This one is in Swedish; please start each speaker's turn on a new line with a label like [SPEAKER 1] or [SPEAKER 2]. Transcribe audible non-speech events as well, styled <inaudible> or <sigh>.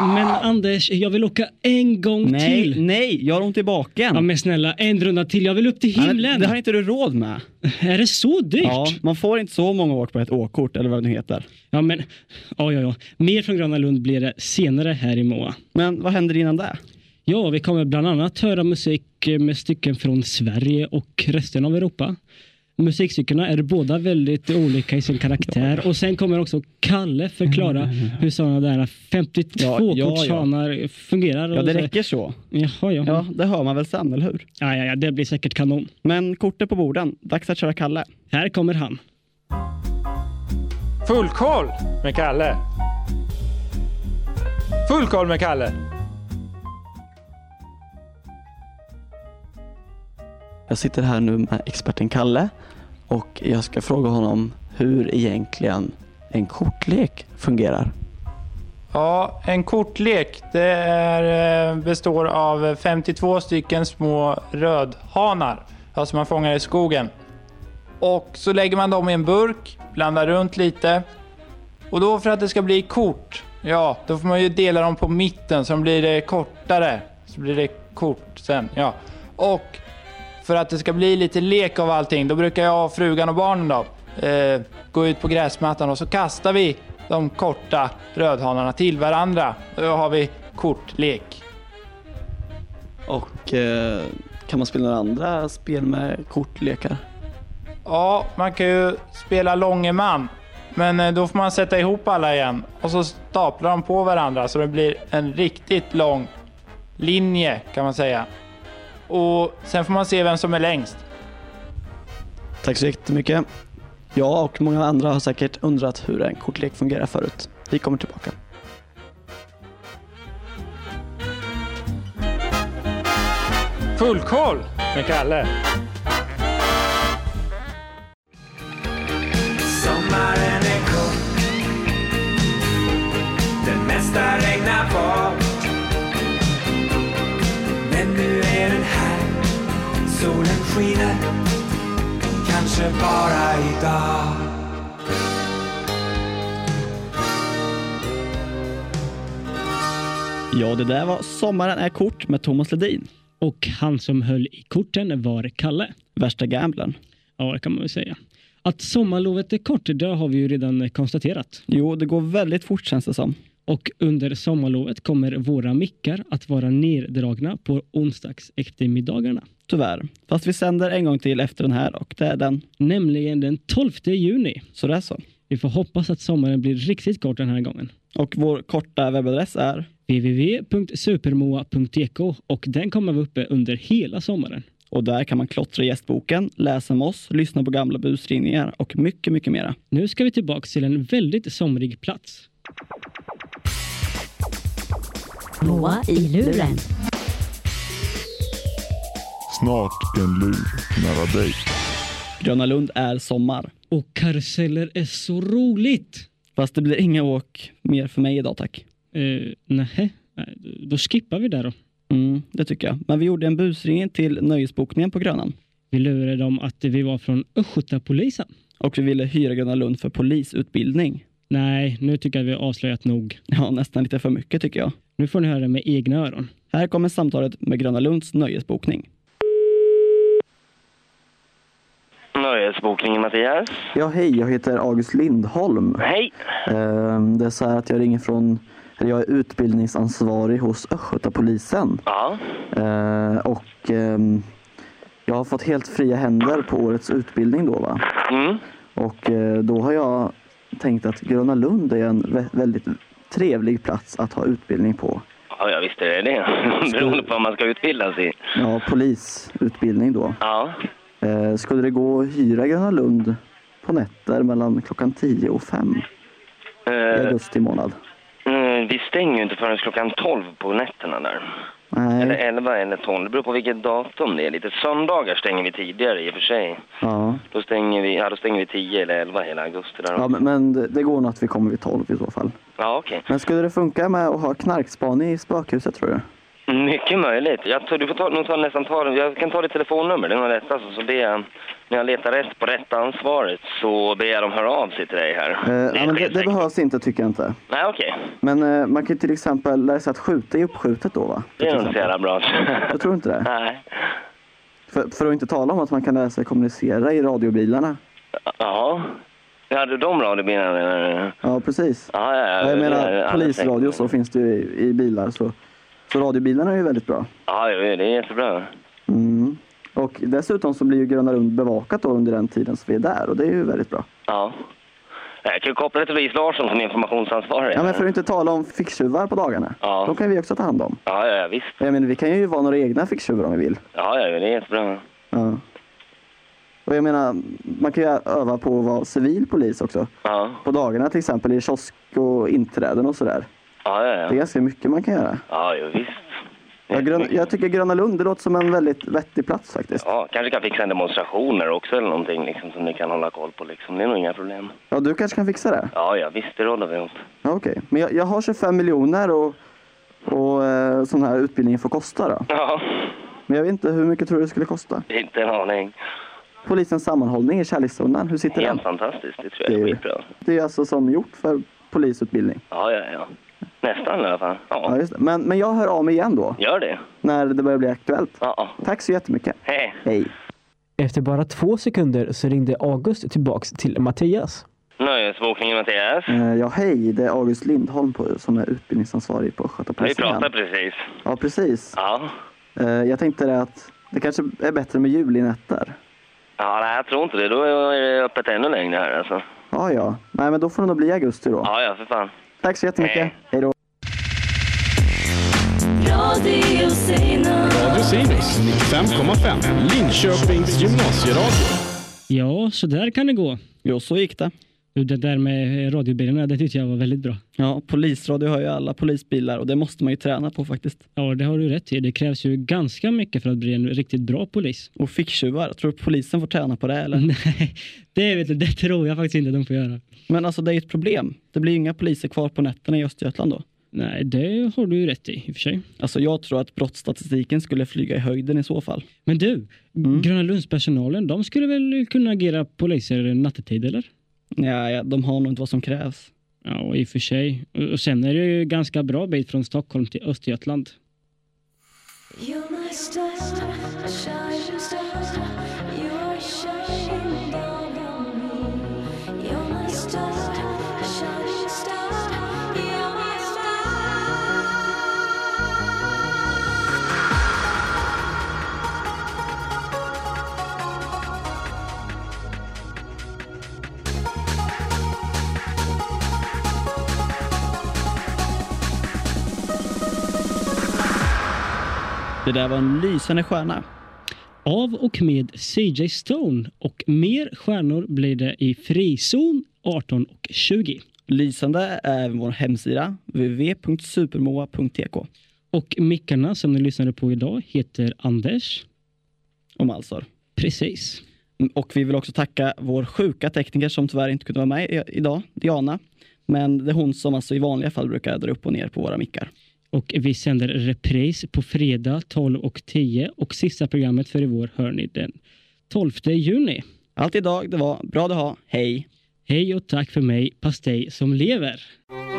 [SPEAKER 1] Men Anders, jag vill åka en gång
[SPEAKER 2] Nej,
[SPEAKER 1] till.
[SPEAKER 2] nej, jag har ont i baken.
[SPEAKER 1] Ja men snälla, en runda till. Jag vill upp till
[SPEAKER 2] Men
[SPEAKER 1] himlen.
[SPEAKER 2] det har inte du råd med.
[SPEAKER 1] Är det så dyrt?
[SPEAKER 2] Ja, man får inte så många åk på ett åkkort eller vad det nu heter.
[SPEAKER 1] Ja, men ja, ja, ja. Mer från Gröna Lund blir det senare här i Moa.
[SPEAKER 2] Men vad händer innan det?
[SPEAKER 1] Ja, vi kommer bland annat höra musik med stycken från Sverige och resten av Europa. Musikstyckena är båda väldigt olika i sin karaktär och sen kommer också Kalle förklara
[SPEAKER 2] Mm.
[SPEAKER 1] hur sådana där 52
[SPEAKER 2] Ja, ja, ja.
[SPEAKER 1] kortshanar fungerar.
[SPEAKER 2] Ja,
[SPEAKER 1] och
[SPEAKER 2] det
[SPEAKER 1] så-
[SPEAKER 2] räcker så.
[SPEAKER 1] Jaha, ja. Ja.
[SPEAKER 2] Ja, det hör man väl sen, eller hur?
[SPEAKER 1] Ja, ja, det blir säkert kanon.
[SPEAKER 2] Men kortet på borden. Dags att köra Kalle.
[SPEAKER 1] Här kommer han.
[SPEAKER 3] Full koll med Kalle. Full koll med Kalle.
[SPEAKER 4] Jag sitter här nu med experten Kalle och jag ska fråga honom hur egentligen en kortlek fungerar.
[SPEAKER 3] Ja, en kortlek det är, eh, består av 52 stycken små rödhanar ja, som man fångar i skogen. Och så lägger man dem i en burk, blandar runt lite. Och då för att det ska bli kort, ja, då får man ju dela dem på mitten så de blir det kortare. Så blir det kort sen, ja. Och för att det ska bli lite lek av allting, då brukar jag och frugan och barnen då eh, gå ut på gräsmattan och så kastar vi de korta rödhanarna till varandra. Då har vi kortlek.
[SPEAKER 4] Och eh, kan man spela några andra spel med kortlekar?
[SPEAKER 3] Ja, man kan ju spela långeman, men eh, då får man sätta ihop alla igen och så staplar de på varandra så det blir en riktigt lång linje kan man säga. Och sen får man se vem som är längst.
[SPEAKER 4] Tack så jättemycket. Jag och många andra har säkert undrat hur en kortlek fungerar förut. Vi kommer tillbaka.
[SPEAKER 3] Full koll med Kalle.
[SPEAKER 5] Sommaren är kort Det mesta regnar bort Men nu är den här Solen skiner Kanske bara idag
[SPEAKER 2] Ja, det där var Sommaren är kort med Thomas Ledin.
[SPEAKER 1] Och han som höll i korten var Kalle.
[SPEAKER 2] Värsta gamblern.
[SPEAKER 1] Ja, det kan man väl säga. Att sommarlovet är kort, det har vi ju redan konstaterat.
[SPEAKER 2] Jo, det går väldigt fort känns det som.
[SPEAKER 1] Och under sommarlovet kommer våra mickar att vara neddragna på onsdags eftermiddagarna.
[SPEAKER 2] Tyvärr. Fast vi sänder en gång till efter den här och det är den.
[SPEAKER 1] Nämligen den 12 juni.
[SPEAKER 2] Så det är så.
[SPEAKER 1] Vi får hoppas att sommaren blir riktigt kort den här gången.
[SPEAKER 2] Och vår korta webbadress är
[SPEAKER 1] www.supermoa.dk och den kommer vara uppe under hela sommaren.
[SPEAKER 2] och där kan man klottra i gästboken, läsa om oss, lyssna på gamla busringningar och mycket, mycket mera.
[SPEAKER 1] Nu ska vi tillbaka till en väldigt somrig plats.
[SPEAKER 6] Moa i luren.
[SPEAKER 7] Snart en lur nära dig.
[SPEAKER 2] Gröna Lund är sommar.
[SPEAKER 1] Och karuseller är så roligt!
[SPEAKER 2] Fast det blir inga åk mer för mig idag tack.
[SPEAKER 1] Uh, nej, då skippar vi där då.
[SPEAKER 2] Mm, det tycker jag. Men vi gjorde en busringning till nöjesbokningen på Grönan
[SPEAKER 1] Vi lurade dem att vi var från Östgötapolisen.
[SPEAKER 2] och vi ville hyra Gröna Lund för polisutbildning.
[SPEAKER 1] Nej, nu tycker jag vi har avslöjat nog.
[SPEAKER 2] Ja, nästan lite för mycket tycker jag.
[SPEAKER 1] Nu får ni höra det med egna öron.
[SPEAKER 2] Här kommer samtalet med Gröna Lunds nöjesbokning.
[SPEAKER 8] Nöjesbokningen Mattias.
[SPEAKER 4] Ja, hej, jag heter August Lindholm.
[SPEAKER 8] Hej!
[SPEAKER 4] Ehm, Det är så här att jag ringer från, eller jag är utbildningsansvarig hos Östgötapolisen.
[SPEAKER 8] Ja.
[SPEAKER 4] Ehm, Och ehm, jag har fått helt fria händer på årets utbildning då va.
[SPEAKER 8] Mm.
[SPEAKER 4] Och eh, då har jag tänkt att Gröna Lund är en vä- väldigt trevlig plats att ha utbildning på.
[SPEAKER 8] Ja, jag visste det <laughs> är det. Beroende på vad man ska utbildas i.
[SPEAKER 4] Ja, polisutbildning då.
[SPEAKER 8] Ja.
[SPEAKER 4] Eh, Skulle det gå att hyra Gröna Lund på nätter mellan klockan 10 och 5 i
[SPEAKER 8] Eh,
[SPEAKER 4] augusti månad?
[SPEAKER 8] eh, vi stänger ju inte förrän klockan 12 på nätterna där. Eller
[SPEAKER 4] Nej,
[SPEAKER 8] 11 eller 12, det beror på vilket datum det är. Lite söndagar stänger vi tidigare i och för sig.
[SPEAKER 4] ja.
[SPEAKER 8] Då stänger vi, ja, då stänger vi 10 eller 11 hela augusti där.
[SPEAKER 4] ja
[SPEAKER 8] Ja,
[SPEAKER 4] men, men det det går nog att vi kommer vid 12 i så fall.
[SPEAKER 8] ja okej.
[SPEAKER 4] Men skulle det funka med att ha knarkspaning i spökhuset tror du? Eh,
[SPEAKER 8] Mycket möjligt. Jag tror, du får ta, nog ta, nästan ta Jag kan ta ditt telefonnummer, det är nog lättast. och Så ber jag, när jag letar rätt på rätt ansvaret så ber jag dem höra av sig till dig här.
[SPEAKER 4] Eh, ja, men det,
[SPEAKER 8] sker
[SPEAKER 4] det
[SPEAKER 8] säkert.
[SPEAKER 4] behövs inte tycker jag inte.
[SPEAKER 8] Nej, okej.
[SPEAKER 4] Men eh, man kan ju till exempel lära sig att skjuta i uppskjutet då va?
[SPEAKER 8] Det är
[SPEAKER 4] Till
[SPEAKER 8] nog inte så
[SPEAKER 4] exempel.
[SPEAKER 8] jävla bra.
[SPEAKER 4] Jag tror inte det.
[SPEAKER 8] Nej.
[SPEAKER 4] För, för att inte tala om att man kan lära sig kommunicera i radiobilarna.
[SPEAKER 8] Ja. Ja, du de radiobilarna menar du?
[SPEAKER 4] Ja, precis.
[SPEAKER 8] Ja, ja, ja.
[SPEAKER 4] Ja, jag
[SPEAKER 8] det är
[SPEAKER 4] menar,
[SPEAKER 8] alldeles
[SPEAKER 4] polisradio och
[SPEAKER 8] säkert.
[SPEAKER 4] så finns det ju i, i bilar. Så, så radiobilarna är ju väldigt bra.
[SPEAKER 8] Ja, jo, jo, det är jättebra.
[SPEAKER 4] Mm. Och dessutom så blir ju Gröna Lund bevakat då under den tiden som vi är där och det är ju väldigt bra.
[SPEAKER 8] Ja. Jag kan ju koppla det till Louise Larsson som är informationsansvarig.
[SPEAKER 4] Ja, men för att inte tala om ficktjuvar på dagarna.
[SPEAKER 8] Ja.
[SPEAKER 4] De kan vi också ta hand om.
[SPEAKER 8] ja, ja, ja, visst.
[SPEAKER 4] Jag menar, vi kan ju vara några egna ficktjuvar om vi vill.
[SPEAKER 8] Ja, ja, jo, det är jättebra.
[SPEAKER 4] Ja. Och jag menar, man kan ju öva på att vara civil polis också.
[SPEAKER 8] Ja,
[SPEAKER 4] På dagarna till exempel i kiosk och inträden och sådär.
[SPEAKER 8] ja, ja.
[SPEAKER 4] Det är
[SPEAKER 8] Ja,
[SPEAKER 4] ganska mycket man kan göra.
[SPEAKER 8] ja jo, visst.
[SPEAKER 4] Jag, grön, jag tycker Gröna Lund det låter som en väldigt vettig plats faktiskt.
[SPEAKER 8] Ja, kanske kan fixa en demonstrationer också eller någonting liksom, som ni kan hålla koll på. Liksom. Det är nog inga problem.
[SPEAKER 4] Ja, du kanske kan fixa det?
[SPEAKER 8] Ja, ja, visst, det råder vi ihop.
[SPEAKER 4] Ja, Okej, men jag, jag har 25 miljoner och, och eh, sån här utbildning får kosta då.
[SPEAKER 8] Ja,
[SPEAKER 4] Men jag vet inte, hur mycket tror du det skulle kosta?
[SPEAKER 8] inte en aning.
[SPEAKER 4] Polisens sammanhållning i Kärlekstunnan, hur sitter den?
[SPEAKER 8] Helt fantastiskt, det tror
[SPEAKER 4] Det
[SPEAKER 8] jag
[SPEAKER 4] är
[SPEAKER 8] är
[SPEAKER 4] ju-
[SPEAKER 8] skitbra.
[SPEAKER 4] Det är alltså som gjort för polisutbildning.
[SPEAKER 8] Ja, ja, ja. Nästan i alla fall.
[SPEAKER 4] Ja,
[SPEAKER 8] Ja,
[SPEAKER 4] just det. Men, men jag hör av mig igen då,
[SPEAKER 8] gör det.
[SPEAKER 4] när det börjar bli aktuellt.
[SPEAKER 8] Ja, ja.
[SPEAKER 4] Tack så jättemycket.
[SPEAKER 8] Hej.
[SPEAKER 4] Hej.
[SPEAKER 9] Efter bara två sekunder så ringde August tillbaks till Mattias.
[SPEAKER 8] Nöjesbokningen Mattias.
[SPEAKER 4] Eh, Ja, hej. Det är August Lindholm på, som är utbildningsansvarig på
[SPEAKER 8] Vi
[SPEAKER 4] Östgötapolisen.
[SPEAKER 8] pratade precis.
[SPEAKER 4] Ja, precis.
[SPEAKER 8] Ja.
[SPEAKER 4] Eh, Jag tänkte det att det kanske är bättre med julinätter.
[SPEAKER 8] Ja, nej, jag tror inte det. Då är det öppet ännu längre här alltså.
[SPEAKER 4] Ja, ja. Nej, men då får det nog bli augusti då.
[SPEAKER 8] Ja, ja, för fan.
[SPEAKER 4] Tack så jättemycket.
[SPEAKER 8] Hej.
[SPEAKER 4] Hej då.
[SPEAKER 6] Radio Seinus.
[SPEAKER 10] Radio Sinus 95,5. Linköpings gymnasieradio.
[SPEAKER 1] Ja, så där kan det gå.
[SPEAKER 2] Jo, så gick det.
[SPEAKER 1] Du, Det där med radiobilarna, det tyckte jag var väldigt bra.
[SPEAKER 2] Ja, polisradio har ju alla polisbilar och det måste man ju träna på faktiskt.
[SPEAKER 1] Ja, det har du rätt i. Det krävs ju ganska mycket för att bli en riktigt bra polis. <laughs>
[SPEAKER 2] Och ficktjuvar, tror du polisen får träna på det eller?
[SPEAKER 1] Nej, det, vet du, det tror jag faktiskt inte de får göra.
[SPEAKER 2] Men alltså det är ju ett problem. Det blir ju inga poliser kvar på nätterna i Östergötland då.
[SPEAKER 1] Nej, det har du ju rätt i i och för sig.
[SPEAKER 2] Alltså jag tror att brottsstatistiken skulle flyga i höjden i så fall.
[SPEAKER 1] Men du, Gröna Lundspersonalen, de skulle väl kunna agera poliser nattetid, eller?
[SPEAKER 2] Ja, ja, de har nog inte vad som krävs.
[SPEAKER 1] Ja, och i och för sig. Och och sen är det ju ganska bra bit från Stockholm till Östergötland.
[SPEAKER 6] You're my star, a shining star. You're shining down on me. You're my star, a shining star. You're my star.
[SPEAKER 2] Det där var en lysande stjärna.
[SPEAKER 1] Av och med CJ Stone och mer stjärnor blir det i frizon 18 och 20.
[SPEAKER 2] Lysande är vår hemsida www.supermoa.tk
[SPEAKER 1] Och mickarna som ni lyssnade på idag heter Anders.
[SPEAKER 2] om Alsor.
[SPEAKER 1] Precis.
[SPEAKER 2] Och vi vill också tacka vår sjuka tekniker som tyvärr inte kunde vara med i- idag, Diana. Men det är hon som alltså i vanliga fall brukar dra upp och ner på våra mickar.
[SPEAKER 1] Och vi sänder repris på fredag 12 och 10 och sista programmet för i vår hör ni den 12 juni.
[SPEAKER 2] Allt idag, det var bra det ha. Hej!
[SPEAKER 1] Hej och tack för mig, Pastej som lever.